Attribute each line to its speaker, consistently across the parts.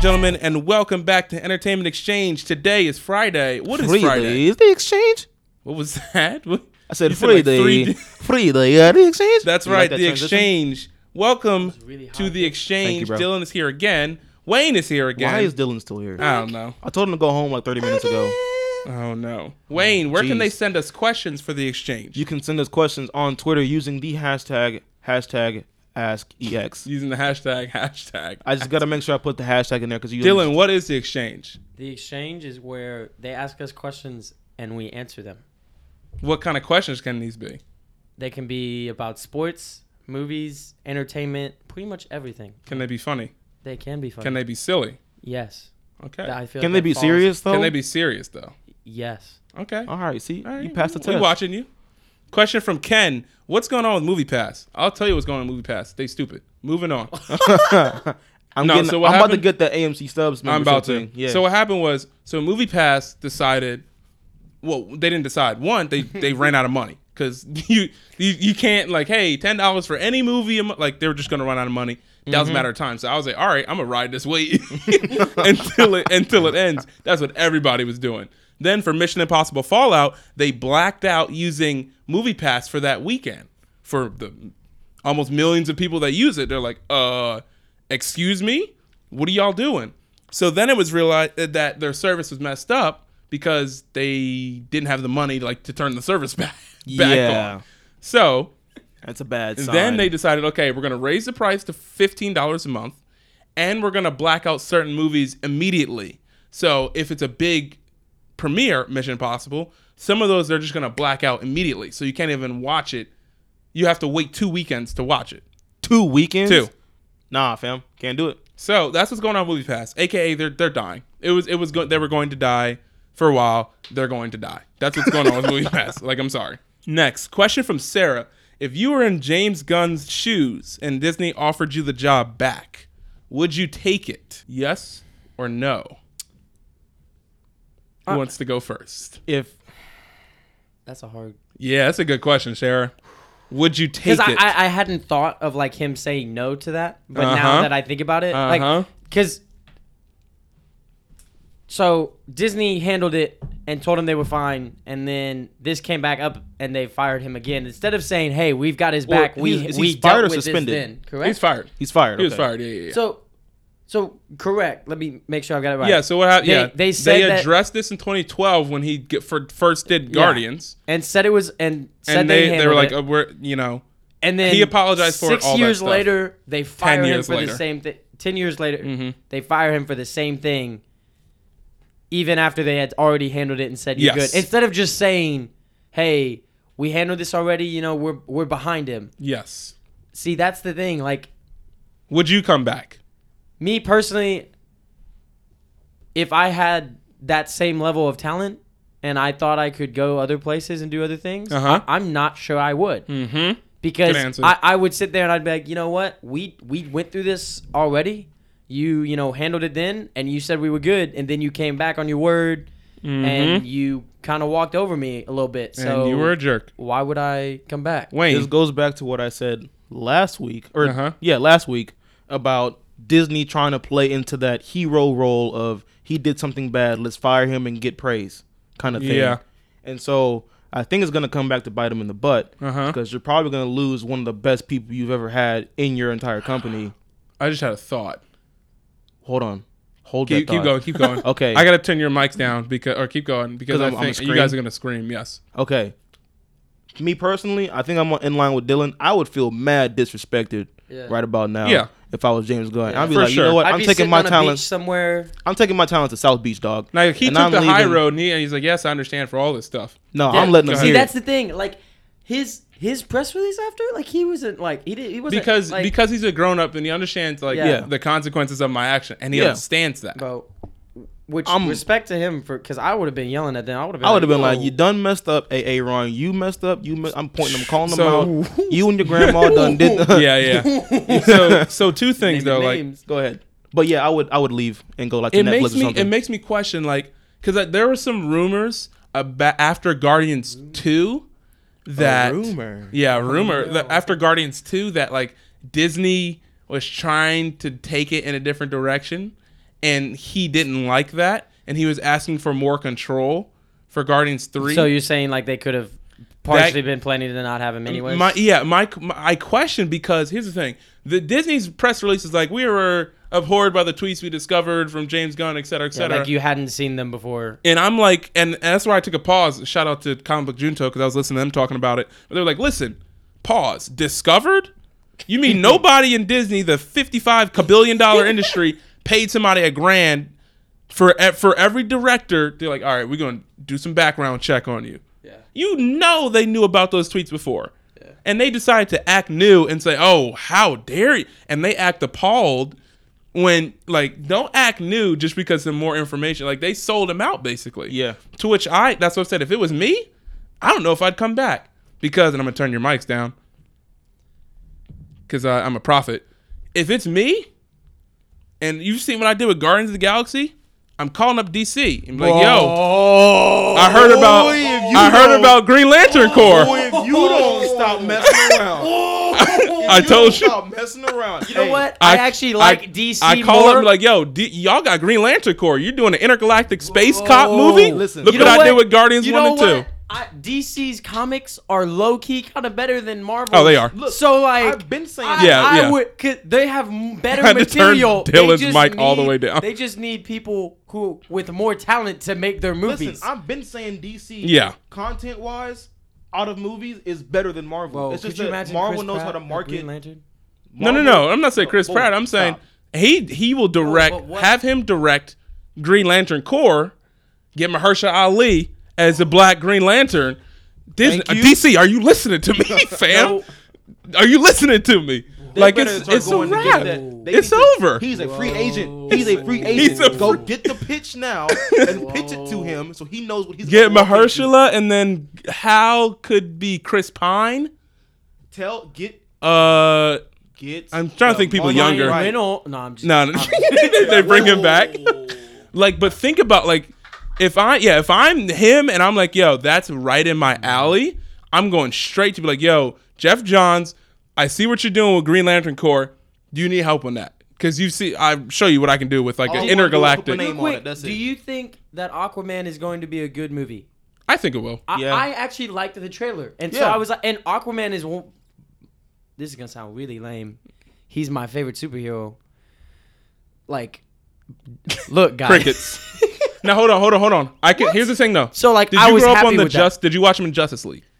Speaker 1: gentlemen, and welcome back to Entertainment Exchange. Today is Friday. What is
Speaker 2: Free day
Speaker 1: Friday?
Speaker 2: is the exchange.
Speaker 1: What was that? What-
Speaker 2: I said
Speaker 1: You
Speaker 2: free
Speaker 1: like
Speaker 2: day.
Speaker 1: three d-
Speaker 2: free day at the exchange.
Speaker 1: That's
Speaker 2: You
Speaker 1: right,
Speaker 2: like that
Speaker 1: the
Speaker 2: transition?
Speaker 1: exchange. Welcome
Speaker 3: really
Speaker 1: to
Speaker 3: hot.
Speaker 1: the exchange.
Speaker 2: bro.
Speaker 1: Dylan is here again. Wayne is here again.
Speaker 2: Why is Dylan still here?
Speaker 1: I don't know.
Speaker 2: I told him to go home like 30 minutes ago.
Speaker 1: Oh no. Wayne, where can
Speaker 2: Jeez.
Speaker 1: they send us questions for the exchange?
Speaker 2: You can send us questions on Twitter using the hashtag hashtag AskEX.
Speaker 1: Using the hashtag hashtag.
Speaker 2: I just gotta make sure I put the hashtag in there because you
Speaker 1: Dylan, what is the exchange?
Speaker 3: The exchange is where they ask us questions and we answer them.
Speaker 1: What kind of questions can these be?
Speaker 3: They can be about sports, movies, entertainment, pretty much everything.
Speaker 1: Can they be funny?
Speaker 3: They can be funny.
Speaker 1: Can they be silly?
Speaker 3: Yes.
Speaker 1: Okay.
Speaker 3: That I feel
Speaker 2: can
Speaker 3: like
Speaker 2: they
Speaker 3: that
Speaker 2: be
Speaker 3: falls-
Speaker 2: serious though?
Speaker 1: Can they be serious though?
Speaker 3: Yes.
Speaker 1: Okay.
Speaker 2: All right, see,
Speaker 1: All
Speaker 2: you
Speaker 1: right,
Speaker 2: passed the
Speaker 1: we-
Speaker 2: test.
Speaker 1: We watching you. Question from Ken: What's going on with Movie Pass? I'll tell you what's going on with Movie Pass. They stupid. Moving on.
Speaker 2: I'm,
Speaker 1: No,
Speaker 2: getting,
Speaker 1: so what
Speaker 2: I'm about to
Speaker 1: happened-
Speaker 2: get the AMC subs.
Speaker 1: I'm
Speaker 2: membership
Speaker 1: about to.
Speaker 2: thing. Yeah.
Speaker 1: So what happened was, so Movie Pass decided. Well, they didn't decide. One, they they ran out of money because you, you you can't like, hey, ten dollars for any movie. a mo- Like they were just gonna run out of money. That was a matter of time. So I was like, all right, I'm gonna ride this wave until it until it ends. That's what everybody was doing. Then for Mission Impossible Fallout, they blacked out using Movie Pass for that weekend for the almost millions of people that use it. They're like, uh, excuse me, what are y'all doing? So then it was realized that their service was messed up because they didn't have the money like to turn the service back. back
Speaker 2: Yeah.
Speaker 1: on. So
Speaker 2: that's a bad sign.
Speaker 1: then they decided, okay, we're gonna raise the price to fifteen dollars a month, and we're gonna black out certain movies immediately. So if it's a big premiere, Mission Impossible, some of those they're just gonna black out immediately, so you can't even watch it. You have to wait two weekends to watch it.
Speaker 2: two weekends.
Speaker 1: Two.
Speaker 2: Nah, fam, can't do it.
Speaker 1: So that's what's going on with MoviePass, aka they're they're dying. It was it was go- they were going to die for a while. They're going to die. That's what's going on with MoviePass. Like I'm sorry. Next question from Sarah: If you were in James Gunn's shoes and Disney offered you the job back, would you take it? Yes or no?
Speaker 2: Uh,
Speaker 1: Who wants to go first?
Speaker 2: If
Speaker 3: That's a hard.
Speaker 1: Yeah, that's a good question, Sarah. Would you take
Speaker 3: Because I,
Speaker 1: it?
Speaker 3: I, I hadn't thought of like him saying no to that, but
Speaker 1: Uh-huh.
Speaker 3: now that I think about it,
Speaker 1: Uh-huh.
Speaker 3: like because so Disney handled it and told him they were fine, and then this came back up and they fired him again. Instead of saying, "Hey, we've got his back," we
Speaker 2: he's- is he
Speaker 3: we
Speaker 2: fired or
Speaker 3: dealt with
Speaker 2: suspended?
Speaker 3: this then, correct?
Speaker 1: He's fired.
Speaker 2: he's fired,
Speaker 1: He was
Speaker 2: okay.
Speaker 1: fired. Yeah, yeah, yeah.
Speaker 3: So, so correct. Let me make sure I've got it right.
Speaker 1: Yeah, so what happened?
Speaker 3: They-
Speaker 1: Yeah,
Speaker 3: they said that-
Speaker 1: addressed this in 2012 when he get, for, first did Guardians,
Speaker 3: and said it was and said
Speaker 1: and they, they, were
Speaker 3: handled
Speaker 1: like,
Speaker 3: it.
Speaker 1: oh, "We're you know,
Speaker 3: and then
Speaker 1: he apologized for it,
Speaker 3: six
Speaker 1: all that
Speaker 3: years
Speaker 1: stuff.
Speaker 3: later they fire him
Speaker 1: years
Speaker 3: for
Speaker 1: later. Mm-hmm.
Speaker 3: the same thing. Ten years later, they fire him for the same thing, even after they had already handled it and said you're
Speaker 1: Yes.
Speaker 3: good. Instead of just saying, "Hey, we handled this already," you know, we're we're behind him.
Speaker 1: yes,
Speaker 3: See, that's the thing. Like
Speaker 1: would you come back?"
Speaker 3: me personally, if I had that same level of talent and I thought I could go other places and do other things,
Speaker 1: Uh-huh.
Speaker 3: I, am not sure I would.
Speaker 1: Mm-hmm. Good
Speaker 3: because
Speaker 1: answer.
Speaker 3: I, I would sit there and I'd be like, you know what, we we went through this already. You you know handled it then, and you said we were good, and then you came back on your word, and you kind of walked over me a little bit. So
Speaker 1: Mm-hmm. and you were a jerk,
Speaker 3: why would I come back?
Speaker 2: This
Speaker 1: Wayne.
Speaker 2: goes back to what I said last week, or
Speaker 1: Uh-huh.
Speaker 2: yeah, last week about Disney trying to play into that hero role of he did something bad, let's fire him and get praise kind of thing.
Speaker 1: Yeah.
Speaker 2: And so I think it's gonna come back to bite him in the butt
Speaker 1: Uh-huh.
Speaker 2: because you're probably gonna lose one of the best people you've ever had in your entire company.
Speaker 1: I just had a thought.
Speaker 2: Hold on, hold
Speaker 1: Keep,
Speaker 2: that
Speaker 1: keep
Speaker 2: thought.
Speaker 1: going, keep going.
Speaker 2: Okay.
Speaker 1: I gotta turn your mics down because, or keep going because
Speaker 2: 'Cause
Speaker 1: I
Speaker 2: I'm- I'm
Speaker 1: think
Speaker 2: gonna
Speaker 1: you guys are
Speaker 2: scream?
Speaker 1: gonna scream. Yes.
Speaker 2: Okay. Me personally, I think I'm in line with Dylan. I would feel mad disrespected
Speaker 3: Yeah.
Speaker 2: right about now.
Speaker 1: Yeah.
Speaker 2: If I was James Gunn, I'd be
Speaker 1: For
Speaker 2: like,
Speaker 1: sure.
Speaker 2: you know what?
Speaker 3: I'd
Speaker 2: I'm
Speaker 3: be
Speaker 2: taking
Speaker 3: sitting
Speaker 2: my
Speaker 3: on a beach
Speaker 2: talents.
Speaker 3: somewhere.
Speaker 2: I'm taking my talents to South Beach, dog.
Speaker 1: Now he
Speaker 2: And
Speaker 1: took
Speaker 2: I'm
Speaker 1: the high
Speaker 2: leaving-
Speaker 1: road and, he, and he's like, "Yes, I understand for all this stuff."
Speaker 2: No,
Speaker 3: Yeah.
Speaker 2: I'm letting him
Speaker 3: See,
Speaker 2: hear.
Speaker 3: that's
Speaker 2: That's
Speaker 3: the thing. Like his his press release after, like he wasn't like he did he wasn't
Speaker 1: Because
Speaker 3: like,
Speaker 1: because he's a grown up and he understands like
Speaker 3: Yeah.
Speaker 1: the consequences of my action and he
Speaker 2: Yeah.
Speaker 1: understands that.
Speaker 3: bro. Which
Speaker 2: I'm-
Speaker 3: respect to him for because I would have been yelling at them. I would have been.
Speaker 2: I would have been like,
Speaker 3: "Yo."
Speaker 2: you done messed up, AA Ron. You messed up. You. Me- I'm pointing them, calling
Speaker 1: So-
Speaker 2: them out. You and your grandma done did.
Speaker 1: yeah, yeah. so so two
Speaker 3: Naming
Speaker 1: things though, like
Speaker 3: names.
Speaker 2: Go ahead. But yeah, I would. I would leave and go like to
Speaker 1: it
Speaker 2: Netflix
Speaker 1: makes
Speaker 2: or
Speaker 1: me
Speaker 2: something.
Speaker 1: it makes me question like because there were some rumors about after Guardians two that
Speaker 2: rumor.
Speaker 1: yeah rumor that after Guardians two that like Disney was trying to take it in a different direction and he didn't like that, and he was asking for more control for Guardians Three.
Speaker 3: So you're saying like they could have partially been planning to not have him anyways?
Speaker 1: My yeah, my, my I question because here's the thing: the Disney's press release is like we were abhorred by the tweets we discovered from James Gunn, et cetera, et
Speaker 3: Yeah,
Speaker 1: cetera.
Speaker 3: like you hadn't seen them before.
Speaker 1: and I'm like, and, and that's why I took a pause. Shout out to Comic Book Junto because I was listening to them talking about it. But they were like, listen, pause. Discovered? You mean nobody in Disney, the 55 billion dollar industry, paid somebody a grand for e- for every director? They're like, all right, we're gonna do some background check on you.
Speaker 3: Yeah.
Speaker 1: You know they knew about those tweets before. And they decided to act new and say, "Oh, how dare you!" And they act appalled when, like, don't act new just because of more information. Like they sold him out basically.
Speaker 2: Yeah.
Speaker 1: To which I, that's what I said. If it was me, I don't know if I'd come back because, and I'm gonna turn your mics down because I'm a prophet. If it's me, and you've seen what I did with Guardians of the Galaxy, I'm calling up DC and be like, "Yo,
Speaker 2: Oh,
Speaker 1: I heard about
Speaker 2: boy, if you
Speaker 1: I heard
Speaker 2: don't- Oh,
Speaker 1: about Green Lantern Corps.
Speaker 2: boy, if you don't stop messing around, If
Speaker 1: I
Speaker 2: you
Speaker 1: told
Speaker 2: don't
Speaker 1: you.
Speaker 2: Stop messing around.
Speaker 3: You know
Speaker 2: Hey,
Speaker 3: what? I, actually like
Speaker 1: I-
Speaker 3: DC
Speaker 1: I call
Speaker 3: more.
Speaker 1: up and be like, yo, D- y'all got Green Lantern Corps. You're doing an intergalactic space cop
Speaker 2: Whoa.
Speaker 1: movie.
Speaker 2: Listen.
Speaker 1: look
Speaker 2: You
Speaker 1: what
Speaker 2: know
Speaker 1: I did with Guardians
Speaker 3: You
Speaker 1: One
Speaker 3: know
Speaker 1: and Two.
Speaker 3: what? I, DC's comics are low key kind of better than Marvel.
Speaker 1: Oh, they are.
Speaker 2: Look,
Speaker 3: so like,
Speaker 2: I've been saying
Speaker 3: I,
Speaker 2: that.
Speaker 1: Yeah,
Speaker 3: I
Speaker 1: yeah.
Speaker 3: would. Cause they have m- better
Speaker 1: I had to turn
Speaker 3: material. They
Speaker 1: Dylan's
Speaker 3: just
Speaker 1: mic all the
Speaker 3: need-
Speaker 1: way down.
Speaker 3: They just need people who with more talent to make their movies.
Speaker 2: Listen, I've been saying DC.
Speaker 1: Yeah.
Speaker 2: Content wise, out of movies is better than Marvel.
Speaker 3: Whoa,
Speaker 2: it's
Speaker 3: Oh, could
Speaker 2: just
Speaker 3: you
Speaker 2: that
Speaker 3: imagine
Speaker 2: Marvel
Speaker 3: Chris
Speaker 2: knows
Speaker 3: Pratt
Speaker 2: how to
Speaker 3: or
Speaker 2: market.
Speaker 3: Green Lantern?
Speaker 1: No, no, no. I'm not saying Chris
Speaker 2: Whoa,
Speaker 1: Pratt. I'm saying
Speaker 2: Oh, stop.
Speaker 1: he he will direct.
Speaker 3: but what-
Speaker 1: Have him direct Green Lantern Corps. Get Mahershala Ali as the Black Green Lantern. Disney,
Speaker 2: Thank you.
Speaker 1: DC, are you listening to me, fam? Are you listening to me? like
Speaker 2: better
Speaker 1: it's
Speaker 2: start
Speaker 1: it's a
Speaker 2: going to
Speaker 1: wrap.
Speaker 2: get that- they
Speaker 1: It's
Speaker 2: need to-
Speaker 1: over.
Speaker 2: He's a free
Speaker 3: Whoa.
Speaker 2: agent. He's a free agent.
Speaker 1: He's a
Speaker 2: Go
Speaker 1: free-
Speaker 2: get the pitch now and pitch it to him so he knows what he's
Speaker 1: Get
Speaker 2: gonna walk into.
Speaker 1: Mahershala, and then how could be Chris Pine?
Speaker 2: Tell get
Speaker 1: Uh,
Speaker 2: get.
Speaker 1: I'm trying to think people
Speaker 2: money
Speaker 1: younger.
Speaker 2: right.
Speaker 3: Reynolds- No, I'm just.
Speaker 1: no, no. they they bring him back. Like, but think about like, if I yeah, if I'm him and I'm like, yo, that's right in
Speaker 3: Mm-hmm.
Speaker 1: my alley. I'm going straight to be like, yo, Jeff Johns. I see what you're doing with Green Lantern Corps. Do you need help on that? Because you see, I show you what I can do with like
Speaker 3: Oh,
Speaker 2: All I
Speaker 1: an
Speaker 2: wanna do is put my
Speaker 1: intergalactic.
Speaker 2: name- on it, that's
Speaker 3: do
Speaker 2: it.
Speaker 3: you think that Aquaman is going to be a good movie?
Speaker 1: I think it will.
Speaker 3: I,
Speaker 2: Yeah.
Speaker 3: I actually liked the trailer, and so
Speaker 2: Yeah.
Speaker 3: I was like, and Aquaman is. one- This is gonna sound really lame. He's my favorite superhero. Like, look, guys.
Speaker 1: Crickets. now hold on, hold on, hold on. I can. Here's the thing though.
Speaker 3: So, like,
Speaker 1: did you
Speaker 3: I was
Speaker 1: grow up
Speaker 3: happy
Speaker 1: on the
Speaker 3: with that.
Speaker 1: just? Did you watch him in Justice League?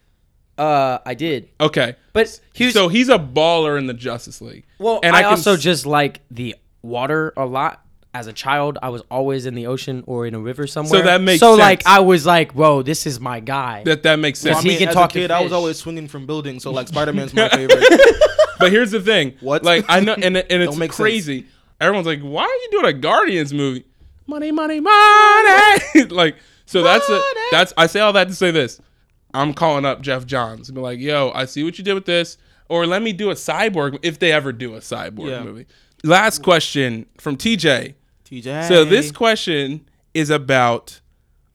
Speaker 3: Uh, I did,
Speaker 1: Okay.
Speaker 3: but he was.
Speaker 1: so he's a baller in the Justice League.
Speaker 3: well,
Speaker 1: and
Speaker 3: I,
Speaker 1: can
Speaker 3: also
Speaker 1: s-
Speaker 3: just like the water a lot. As a child, I was always in the ocean or in a river somewhere.
Speaker 1: that makes
Speaker 3: so like
Speaker 1: sense.
Speaker 3: I was like, whoa, this is my guy.
Speaker 1: that that makes sense.
Speaker 2: I
Speaker 3: he
Speaker 2: mean,
Speaker 3: can
Speaker 2: as
Speaker 3: talk
Speaker 2: a
Speaker 3: to
Speaker 2: kid, I was
Speaker 3: fish.
Speaker 2: always swinging from buildings, so like Spider Man's my favorite.
Speaker 1: but here's the thing.
Speaker 2: What?
Speaker 1: Like I know, and and it's
Speaker 2: Don't make sense.
Speaker 1: crazy. Everyone's like, "Why are you doing a Guardians movie? Money, money, money!" like so. That's a
Speaker 2: Money.
Speaker 1: that's. I say all that to say this. I'm calling up Jeff Johns and be like, "Yo, I see what you did with this, or let me do a cyborg if they ever do a cyborg
Speaker 2: Yeah.
Speaker 1: movie." Last question from TJ.
Speaker 2: TJ.
Speaker 1: So this question is about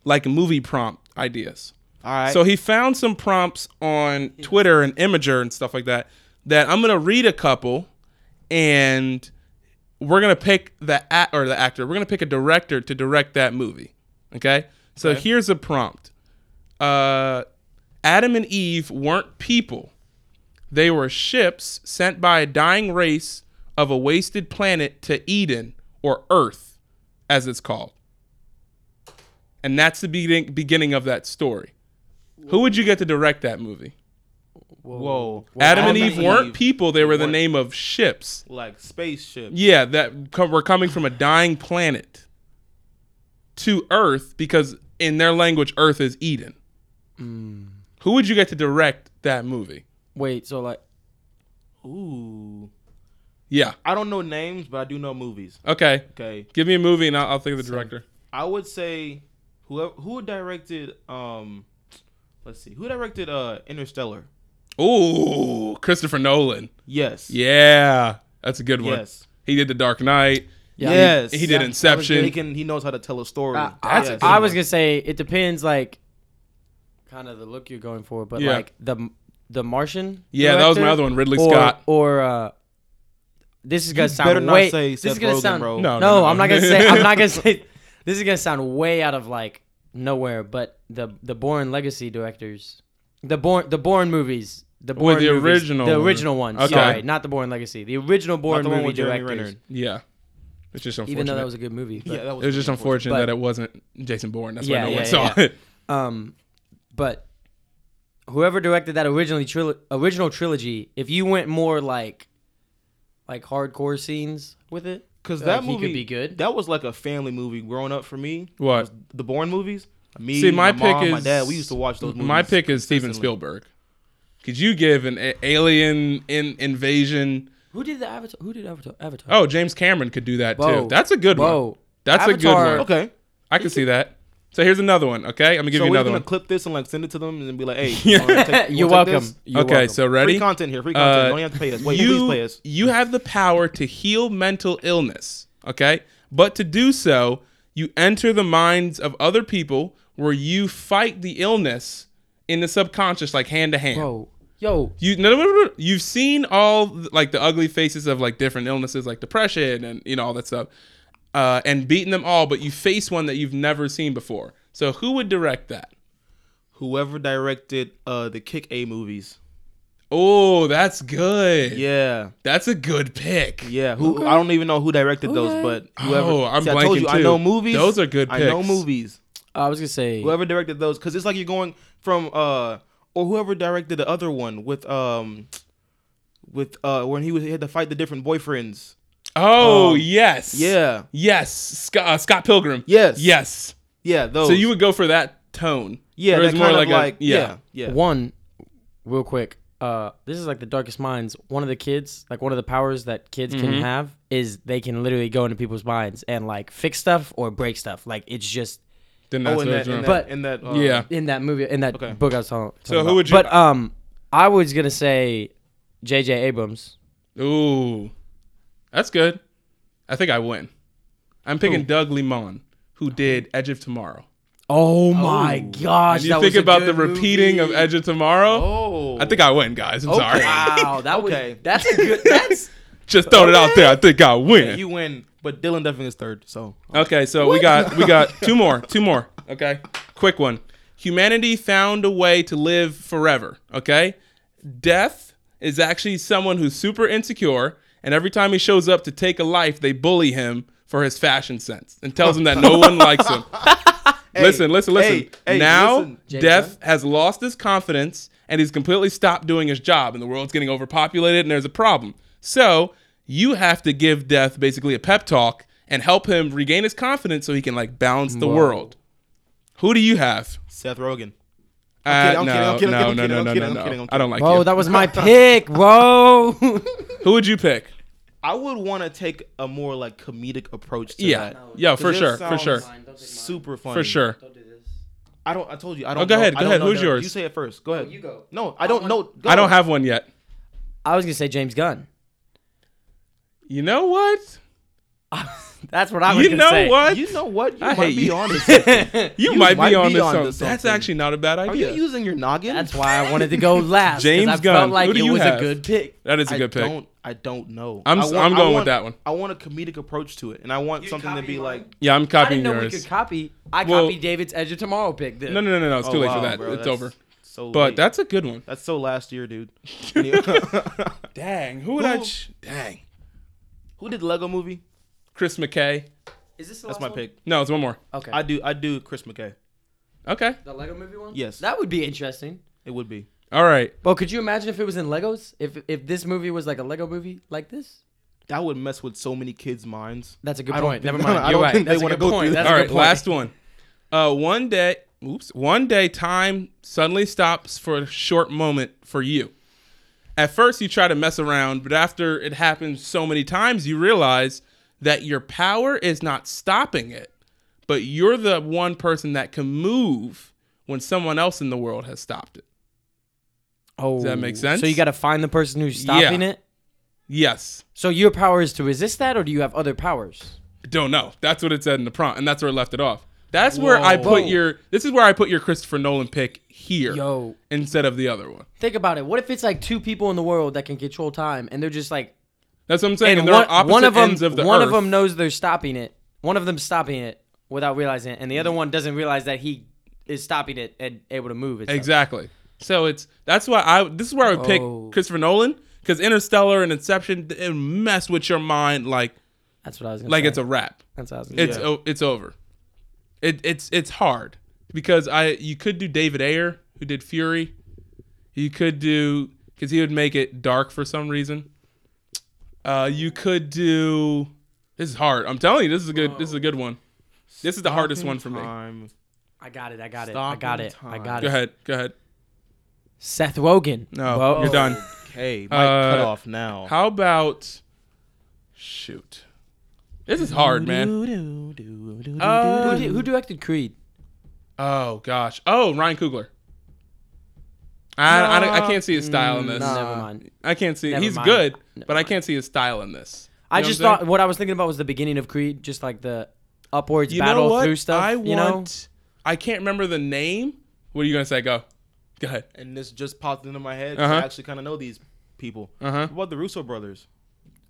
Speaker 1: like movie prompt ideas.
Speaker 2: All right.
Speaker 1: So he found some prompts on Twitter and Imager and stuff like that. That I'm gonna read a couple, and we're gonna pick the act or the actor. We're gonna pick a director to direct that movie. Okay. So here's a prompt. Uh, Adam and Eve weren't people. They were ships sent by a dying race of a wasted planet to Eden or Earth, as it's called. And that's the beginning beginning of that story. Who would you get to direct that movie?
Speaker 2: whoa.
Speaker 1: Adam, and
Speaker 2: Adam
Speaker 1: Eve weren't people; they were the
Speaker 2: weren't.
Speaker 1: name of ships.
Speaker 2: like spaceship.
Speaker 1: Yeah, that co- were coming from a dying planet to Earth because in their language, Earth is Eden.
Speaker 3: Hmm.
Speaker 1: Who would you get to direct that movie?
Speaker 3: Wait, so like,
Speaker 2: Ooh.
Speaker 1: Yeah.
Speaker 2: I don't know names, but I do know movies.
Speaker 1: Okay.
Speaker 2: Okay.
Speaker 1: Give me a movie and I'll, I'll think of the director.
Speaker 2: I would say whoever who directed um let's see. Who directed uh Interstellar?
Speaker 1: Ooh, Christopher Nolan.
Speaker 2: Yes.
Speaker 1: Yeah, that's a good one.
Speaker 2: Yes.
Speaker 1: He did The Dark Knight.
Speaker 3: yeah,
Speaker 2: yes.
Speaker 1: He did
Speaker 2: Yeah. He
Speaker 1: Inception.
Speaker 2: can he knows how to tell a story.
Speaker 3: I, I-
Speaker 2: Yes.
Speaker 3: I was gonna say it depends, like, kind of the look you're going for, but
Speaker 1: Yeah.
Speaker 3: like the the Martian.
Speaker 1: Yeah, that was my
Speaker 3: director
Speaker 1: other one, Ridley
Speaker 3: or-
Speaker 1: Scott.
Speaker 3: Or uh, this is gonna
Speaker 2: You
Speaker 3: sound
Speaker 2: better not
Speaker 3: way.
Speaker 2: say
Speaker 3: this
Speaker 2: Seth
Speaker 3: is gonna
Speaker 2: Rogen,
Speaker 3: sound.
Speaker 2: bro.
Speaker 3: No,
Speaker 1: No, no, no.
Speaker 3: I'm not gonna say. I'm not gonna say. This is gonna sound way out of like nowhere. But the the Bourne Legacy directors, the Bourne the Bourne movies, the
Speaker 1: Or
Speaker 3: Bourne
Speaker 1: the
Speaker 3: movies,
Speaker 1: original
Speaker 3: the
Speaker 1: one.
Speaker 3: original one.
Speaker 1: Okay.
Speaker 3: Sorry, not the Bourne Legacy. The original Bourne
Speaker 2: the one
Speaker 3: movie
Speaker 2: with Jeremy
Speaker 3: directors.
Speaker 2: Renner.
Speaker 1: Yeah, it's just unfortunate.
Speaker 3: Even though that was a good movie. But,
Speaker 2: that
Speaker 1: it was just unfortunate
Speaker 3: But-
Speaker 1: that it wasn't Jason Bourne. That's
Speaker 3: Yeah,
Speaker 1: why no one
Speaker 3: yeah,
Speaker 1: saw
Speaker 3: yeah.
Speaker 1: it.
Speaker 3: Um, but whoever directed that originally trilo- original trilogy, if you went more like like hardcore scenes with it,
Speaker 2: because
Speaker 3: uh,
Speaker 2: that
Speaker 3: he
Speaker 2: movie
Speaker 3: could be good.
Speaker 2: That was like a family movie growing up for me.
Speaker 1: What?
Speaker 2: Was the Bourne movies? Me,
Speaker 1: See, my, pick
Speaker 2: mom,
Speaker 1: is
Speaker 2: my dad. We used to watch those. movies.
Speaker 1: My pick is Steven
Speaker 2: consistently.
Speaker 1: Spielberg. Could you give an a- alien in invasion?
Speaker 3: Who did the Avatar? Who did Avatar? Avatar.
Speaker 1: Oh, James Cameron could do that
Speaker 3: Whoa.
Speaker 1: too. That's a good one.
Speaker 3: Whoa.
Speaker 1: That's a
Speaker 3: Avatar-
Speaker 1: good one.
Speaker 2: Okay,
Speaker 1: I can see that. So here's another one. Okay, I'm gonna give
Speaker 2: so
Speaker 1: you
Speaker 2: we're
Speaker 1: another
Speaker 2: gonna
Speaker 1: one.
Speaker 2: clip this and like send it to them and be like, "Hey,
Speaker 1: Yeah.
Speaker 2: you wanna take- you
Speaker 3: You're
Speaker 2: wanna take
Speaker 3: welcome.
Speaker 2: this?
Speaker 3: You're
Speaker 1: okay,
Speaker 3: welcome.
Speaker 1: so ready?
Speaker 2: Free content here. Free content.
Speaker 1: Uh,
Speaker 2: you don't have to pay us. Wait,
Speaker 1: you,
Speaker 2: please pay us.
Speaker 1: You have the power to heal mental illness, okay? But to do so, you enter the minds of other people where you fight the illness in the subconscious, like hand to
Speaker 2: Oh.
Speaker 1: hand.
Speaker 3: Bro, yo,
Speaker 1: You no, no, no, no. you've seen all like the ugly faces of like different illnesses, like depression and you know all that stuff, uh, and beaten them all. But you face one that you've never seen before. So who would direct that?
Speaker 2: Whoever directed uh the Kick A movies.
Speaker 1: Oh, that's good.
Speaker 2: Yeah,
Speaker 1: that's a good pick.
Speaker 2: yeah. Who I don't even know who directed those, but whoever.
Speaker 1: Oh, I'm
Speaker 2: See, I told
Speaker 1: blanking
Speaker 2: you I
Speaker 1: too.
Speaker 2: know movies.
Speaker 1: Those are good
Speaker 2: I know
Speaker 1: picks.
Speaker 2: movies.
Speaker 3: I was gonna say
Speaker 2: Whoever directed those, because it's like you're going from uh or whoever directed the other one with um with uh when he was he had to fight the different boyfriends.
Speaker 1: Oh
Speaker 2: Um,
Speaker 1: yes.
Speaker 2: Yeah,
Speaker 1: Yes, Scott, uh, Scott Pilgrim.
Speaker 2: Yes.
Speaker 1: Yes.
Speaker 2: yeah. Those.
Speaker 1: So you would go for that tone.
Speaker 2: yeah,
Speaker 1: Or
Speaker 2: that
Speaker 1: it's
Speaker 2: kind
Speaker 1: more
Speaker 2: of
Speaker 1: like
Speaker 2: like,
Speaker 1: a- yeah.
Speaker 2: yeah, yeah,
Speaker 3: one, real quick. Uh, this is like the darkest minds. One of the kids, like one of the powers that kids
Speaker 2: Mm-hmm.
Speaker 3: can have, is they can literally go into people's minds and like fix stuff or break stuff. Like it's just
Speaker 1: Then that's
Speaker 2: Oh,
Speaker 1: what
Speaker 2: and that,
Speaker 1: it's
Speaker 2: and that,
Speaker 1: around.
Speaker 3: But-
Speaker 2: and that, uh,
Speaker 1: yeah.
Speaker 3: in that movie in that
Speaker 2: Okay.
Speaker 3: book I was talking. talking
Speaker 1: So who
Speaker 3: about.
Speaker 1: would you-
Speaker 3: But um, I was gonna say J.J. Abrams.
Speaker 1: Ooh, that's good. I think I win. I'm picking Doug Limon, who did Edge of Tomorrow.
Speaker 3: Oh my gosh!
Speaker 1: And you think about the repeating of Edge of Tomorrow.
Speaker 2: Oh,
Speaker 1: I think I win, guys. I'm sorry.
Speaker 3: Wow, that
Speaker 2: Okay.
Speaker 3: was that's a good. That's
Speaker 1: Just throwing it out there. I think I win.
Speaker 2: you win, but Dylan definitely is third. So
Speaker 1: Okay, so we got we got two more, two more. Okay, quick one. Humanity found a way to live forever. Okay, death is actually someone who's super insecure, and every time he shows up to take a life, they bully him for his fashion sense and tells him that no one likes him. listen, listen, listen.
Speaker 2: hey, hey,
Speaker 1: now
Speaker 2: listen, James,
Speaker 1: death has lost his confidence and he's completely stopped doing his job and the world's getting overpopulated and there's a problem. So you have to give death basically a pep talk and help him regain his confidence so he can like balance the world. Who do you have?
Speaker 2: Seth Rogen.
Speaker 1: Uh,
Speaker 2: kidding, I'm kidding, I'm
Speaker 1: no,
Speaker 2: kidding,
Speaker 1: no,
Speaker 2: I'm
Speaker 1: no,
Speaker 2: kidding,
Speaker 1: no,
Speaker 2: I'm
Speaker 1: no,
Speaker 2: kidding,
Speaker 1: no,
Speaker 2: I'm kidding,
Speaker 1: no.
Speaker 2: I'm
Speaker 1: I don't like
Speaker 3: bro.
Speaker 1: you.
Speaker 3: That was my pick, bro.
Speaker 1: Who would you pick?
Speaker 2: I would want to take a more like comedic approach to
Speaker 1: Yeah.
Speaker 2: that.
Speaker 1: Yeah,
Speaker 2: 'Cause
Speaker 1: for
Speaker 2: it
Speaker 1: sure, for
Speaker 2: sounds
Speaker 1: sure.
Speaker 2: Super funny.
Speaker 1: For sure.
Speaker 2: I don't. I told you. I don't.
Speaker 1: go
Speaker 2: know-
Speaker 1: ahead,
Speaker 2: I
Speaker 1: go
Speaker 2: don't
Speaker 1: ahead,
Speaker 2: know
Speaker 1: who's
Speaker 2: that-
Speaker 1: yours?
Speaker 2: You say it first. Go ahead.
Speaker 3: Oh, you go.
Speaker 2: No, I don't know. Go.
Speaker 1: I don't have one yet.
Speaker 3: I was gonna say James Gunn.
Speaker 1: You know what?
Speaker 3: That's what I was
Speaker 1: You
Speaker 3: gonna
Speaker 1: know
Speaker 3: say.
Speaker 1: what? You,
Speaker 2: You know what? You
Speaker 1: I
Speaker 2: might
Speaker 1: hate
Speaker 2: be
Speaker 1: you.
Speaker 2: on to something.
Speaker 1: might, be on
Speaker 2: onto
Speaker 1: this. something. That's
Speaker 2: something.
Speaker 1: actually not a bad
Speaker 2: Are
Speaker 1: idea.
Speaker 2: you using your noggin?
Speaker 3: That's why I wanted to go last. 'cause
Speaker 1: James
Speaker 3: I
Speaker 1: Gunn.
Speaker 3: Felt like
Speaker 1: Who do
Speaker 3: it
Speaker 1: you
Speaker 3: was
Speaker 1: have?
Speaker 3: a good pick.
Speaker 1: that is a good
Speaker 2: I
Speaker 1: pick.
Speaker 2: Don't, I don't know.
Speaker 1: I'm
Speaker 2: I
Speaker 1: s- I'm going with
Speaker 2: want-
Speaker 1: that one.
Speaker 2: I want a comedic approach to it, and I want something to
Speaker 3: copy
Speaker 2: be
Speaker 3: mine?
Speaker 2: like.
Speaker 1: Yeah,
Speaker 3: I
Speaker 1: I'm
Speaker 3: didn't
Speaker 1: copying
Speaker 3: know
Speaker 1: yours.
Speaker 3: we could copy. I
Speaker 1: Well-
Speaker 3: copied David's Edge of Tomorrow pick. Dude.
Speaker 1: No, no, no, no, no. It's too
Speaker 2: oh,
Speaker 1: late
Speaker 2: wow,
Speaker 1: for that.
Speaker 2: bro,
Speaker 1: it's
Speaker 2: that's
Speaker 1: over.
Speaker 2: So
Speaker 1: But
Speaker 2: late.
Speaker 1: that's a good one.
Speaker 2: that's so last year, dude. Who
Speaker 1: Dang, who would
Speaker 2: I
Speaker 1: I?
Speaker 2: ch-
Speaker 1: Dang,
Speaker 2: did Lego movie?
Speaker 1: Chris McKay.
Speaker 3: Is this the
Speaker 2: That's
Speaker 3: last
Speaker 2: my
Speaker 3: one?
Speaker 2: pick.
Speaker 1: No, it's one more.
Speaker 3: Okay.
Speaker 2: I do. I do Chris McKay.
Speaker 1: Okay,
Speaker 3: the Lego Movie one.
Speaker 2: Yes.
Speaker 3: That would be interesting.
Speaker 2: It would be.
Speaker 1: all right.
Speaker 3: But could you imagine if it was in Legos? If if this movie was like a Lego movie like this?
Speaker 2: That would mess with so many kids' minds.
Speaker 3: That's a good
Speaker 2: I don't
Speaker 3: point.
Speaker 2: think-
Speaker 3: Never mind.
Speaker 2: I don't
Speaker 3: You're right.
Speaker 2: think they
Speaker 3: That's a
Speaker 2: wanna
Speaker 3: good
Speaker 2: go through
Speaker 3: point.
Speaker 2: that.
Speaker 3: That's
Speaker 1: all
Speaker 3: a
Speaker 1: right,
Speaker 3: good point.
Speaker 1: last one. Uh, one day, oops, one day, time suddenly stops for a short moment for you. At first, you try to mess around, but after it happens so many times, you realize that your power is not stopping it, but you're the one person that can move when someone else in the world has stopped it.
Speaker 3: Oh,
Speaker 1: that make sense?
Speaker 3: So you got to find the person who's stopping
Speaker 1: Yeah.
Speaker 3: it.
Speaker 1: Yes.
Speaker 3: So your power is to resist that, or do you have other powers?
Speaker 1: Don't know. That's what it said in the prompt, and that's where it left it off. That's where I
Speaker 3: Whoa.
Speaker 1: put your. This is where I put your Christopher Nolan pick here
Speaker 3: Yo.
Speaker 1: instead of the other one.
Speaker 3: Think about it. What if it's like two people in the world that can control time, and they're just like
Speaker 1: That's what I'm saying. And, they're on opposite
Speaker 3: of them,
Speaker 1: ends of the
Speaker 3: one of
Speaker 1: earth.
Speaker 3: them knows they're stopping it. One of them's stopping it without realizing it, and the other one doesn't realize that he is stopping it and able to move. Exactly.
Speaker 1: Exactly. So it's that's why I this is where I would pick
Speaker 3: Oh.
Speaker 1: Christopher Nolan because Interstellar and Inception it mess with your mind like
Speaker 3: That's what I was gonna
Speaker 1: like
Speaker 3: say.
Speaker 1: it's a wrap.
Speaker 3: That's what I was gonna
Speaker 1: It's
Speaker 3: say.
Speaker 1: o- it's over. It it's it's hard because I you could do David Ayer who did Fury. You could do because he would make it dark for some reason. Uh, you could do. This is hard. I'm telling you, this is a good. This is a good one. This is the hardest one for me.
Speaker 2: Time.
Speaker 3: I got it. I got it. I
Speaker 2: Stopping
Speaker 3: got it. I
Speaker 2: time.
Speaker 3: got
Speaker 1: Go
Speaker 3: it.
Speaker 1: ahead. Go ahead.
Speaker 3: Seth Rogen.
Speaker 1: No, oh.
Speaker 3: Whoa.
Speaker 1: you're done.
Speaker 2: Okay, mic
Speaker 1: Uh,
Speaker 2: cut off now.
Speaker 1: How about shoot? This is hard, man.
Speaker 3: Who,
Speaker 1: Uh,
Speaker 3: di- who directed Creed?
Speaker 1: oh gosh. Oh, Ryan Coogler. I, I, don't- I can't see his style in this.
Speaker 3: Nah. Mm, Never mind.
Speaker 1: I can't see.
Speaker 3: Never
Speaker 1: He's
Speaker 3: mind.
Speaker 1: good,
Speaker 3: Never
Speaker 1: but I can't see his style in this. You
Speaker 3: I
Speaker 1: know
Speaker 3: just
Speaker 1: what I'm
Speaker 3: thought what I was thinking about was the beginning of Creed, just like the upwards
Speaker 1: saying?
Speaker 3: battle through stuff.
Speaker 1: I
Speaker 3: you know,
Speaker 1: want. I can't remember the name. What are you gonna say? Go. Go ahead.
Speaker 2: and this just popped into my head. 'cause
Speaker 1: Uh-huh.
Speaker 2: I actually kind of know these people.
Speaker 1: Uh-huh.
Speaker 2: What about the Russo brothers?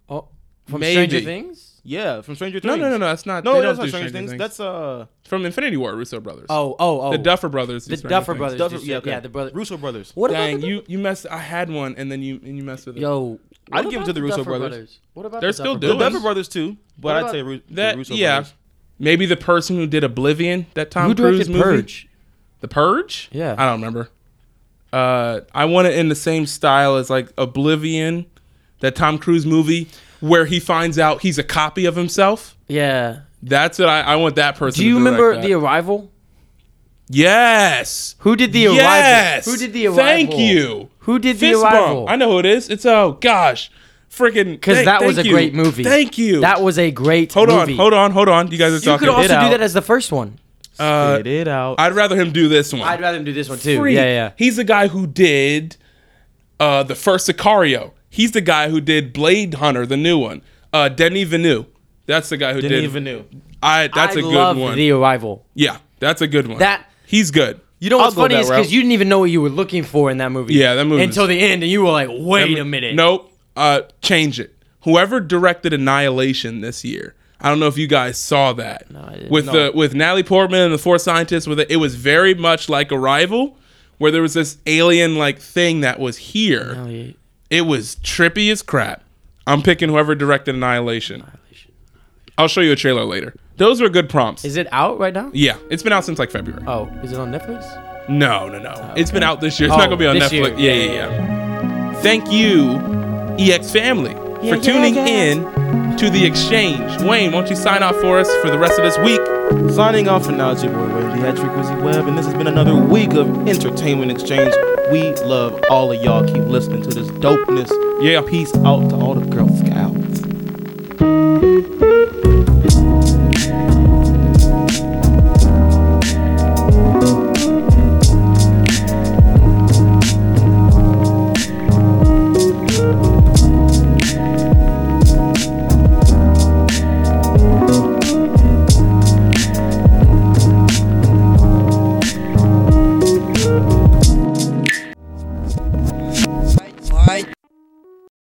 Speaker 3: oh, from
Speaker 1: Maybe.
Speaker 3: Stranger Things.
Speaker 2: Yeah, from Stranger Things.
Speaker 1: No, no, no, no. That's not.
Speaker 2: No,
Speaker 1: they
Speaker 2: that's
Speaker 1: don't
Speaker 2: not
Speaker 1: do
Speaker 2: Stranger things. That's uh,
Speaker 1: from Infinity War. Russo brothers.
Speaker 3: Oh, oh, oh.
Speaker 1: the Duffer brothers. do
Speaker 3: The
Speaker 1: Stranger
Speaker 3: Duffer
Speaker 1: Things.
Speaker 3: brothers.
Speaker 2: Duffer,
Speaker 3: do
Speaker 2: yeah,
Speaker 3: Stra-
Speaker 2: okay.
Speaker 3: yeah, the brother.
Speaker 2: Russo brothers.
Speaker 3: What
Speaker 1: Dang,
Speaker 3: about the,
Speaker 1: you you messed. I had one, and then you and you messed with it.
Speaker 3: Yo,
Speaker 2: I'd
Speaker 3: what
Speaker 2: give it
Speaker 3: about
Speaker 2: to the Russo
Speaker 3: Duffer
Speaker 2: brothers.
Speaker 3: What about
Speaker 1: They're
Speaker 3: the
Speaker 1: still
Speaker 3: Duffer
Speaker 1: doing
Speaker 2: The
Speaker 3: brothers?
Speaker 1: Dylan's-
Speaker 2: Duffer brothers too,
Speaker 3: What
Speaker 2: but I'd
Speaker 3: about-
Speaker 2: say Ru-
Speaker 1: That
Speaker 2: the Russo
Speaker 1: yeah,
Speaker 2: brothers.
Speaker 1: maybe the person who did Oblivion, that Tom
Speaker 3: Who
Speaker 1: Cruise
Speaker 3: directed
Speaker 1: movie,
Speaker 3: Purge?
Speaker 1: The Purge.
Speaker 3: Yeah.
Speaker 1: I don't remember. Uh, I want it in the same style as like Oblivion, that Tom Cruise movie where he finds out he's a copy of himself.
Speaker 3: Yeah.
Speaker 1: That's what I, I want that person.
Speaker 3: Do
Speaker 1: to
Speaker 3: you
Speaker 1: direct
Speaker 3: remember
Speaker 1: that.
Speaker 3: The Arrival?
Speaker 1: Yes.
Speaker 3: Who did the
Speaker 1: yes.
Speaker 3: arrival? Who did the arrival?
Speaker 1: Thank you.
Speaker 3: Who did the
Speaker 1: Fist bump.
Speaker 3: arrival?
Speaker 1: I know who it is. It's oh gosh, freaking.
Speaker 3: Because that was a great movie.
Speaker 1: Thank you.
Speaker 3: That was a great
Speaker 1: Hold
Speaker 3: movie.
Speaker 1: on, hold on, hold on. You guys are
Speaker 3: You
Speaker 1: talking.
Speaker 3: could also do
Speaker 2: out.
Speaker 3: that as the first one.
Speaker 1: Uh,
Speaker 2: Spit it out.
Speaker 1: I'd rather him do this one.
Speaker 3: I'd rather him do this one too.
Speaker 1: Freak.
Speaker 3: Yeah, yeah.
Speaker 1: He's the guy who did uh, the first Sicario. He's the guy who did Blade Hunter, the new one. Uh, Denis Villeneuve. That's the guy who
Speaker 2: Didn't
Speaker 1: did.
Speaker 2: even knew.
Speaker 1: I. That's
Speaker 3: I
Speaker 1: a good
Speaker 3: love
Speaker 1: one.
Speaker 3: The Arrival.
Speaker 1: yeah, that's a good one.
Speaker 3: That-
Speaker 1: he's good.
Speaker 3: You know
Speaker 2: I'll
Speaker 3: what's
Speaker 2: go
Speaker 3: funny
Speaker 2: that
Speaker 3: is
Speaker 2: route.
Speaker 3: because you didn't even know what you were looking for in that movie.
Speaker 1: Yeah, that movie
Speaker 3: Until
Speaker 1: was-
Speaker 3: the end, and you were like, "Wait a minute."
Speaker 1: Nope. Uh, change it. Whoever directed Annihilation this year. I don't know if you guys saw that
Speaker 3: I didn't.
Speaker 1: with the with Natalie Portman and the four scientists. With it, it was very much like Arrival, where there was this alien like thing that was here.
Speaker 3: Oh, yeah.
Speaker 1: It was trippy as crap. I'm picking whoever directed Annihilation. I'll show you a trailer later. Those were good prompts.
Speaker 3: Is it out right now?
Speaker 1: yeah, it's been out since like February.
Speaker 3: Oh, is it on Netflix?
Speaker 1: No, no, no. It's been out this year. It's
Speaker 3: Oh,
Speaker 1: not going to be on
Speaker 3: this
Speaker 1: Netflix.
Speaker 3: year.
Speaker 1: Yeah, yeah, yeah. Thank you, EX family, for tuning in to The Exchange. Wayne, won't you sign off for us for the rest of this week?
Speaker 2: Signing off for now, it's your boy Ray Lee at Trick Wizzy Web, and this has been another week of Entertainment Exchange. We love all of y'all. Keep listening to this dopeness.
Speaker 1: Yeah.
Speaker 2: Peace out to all the Girl Scouts.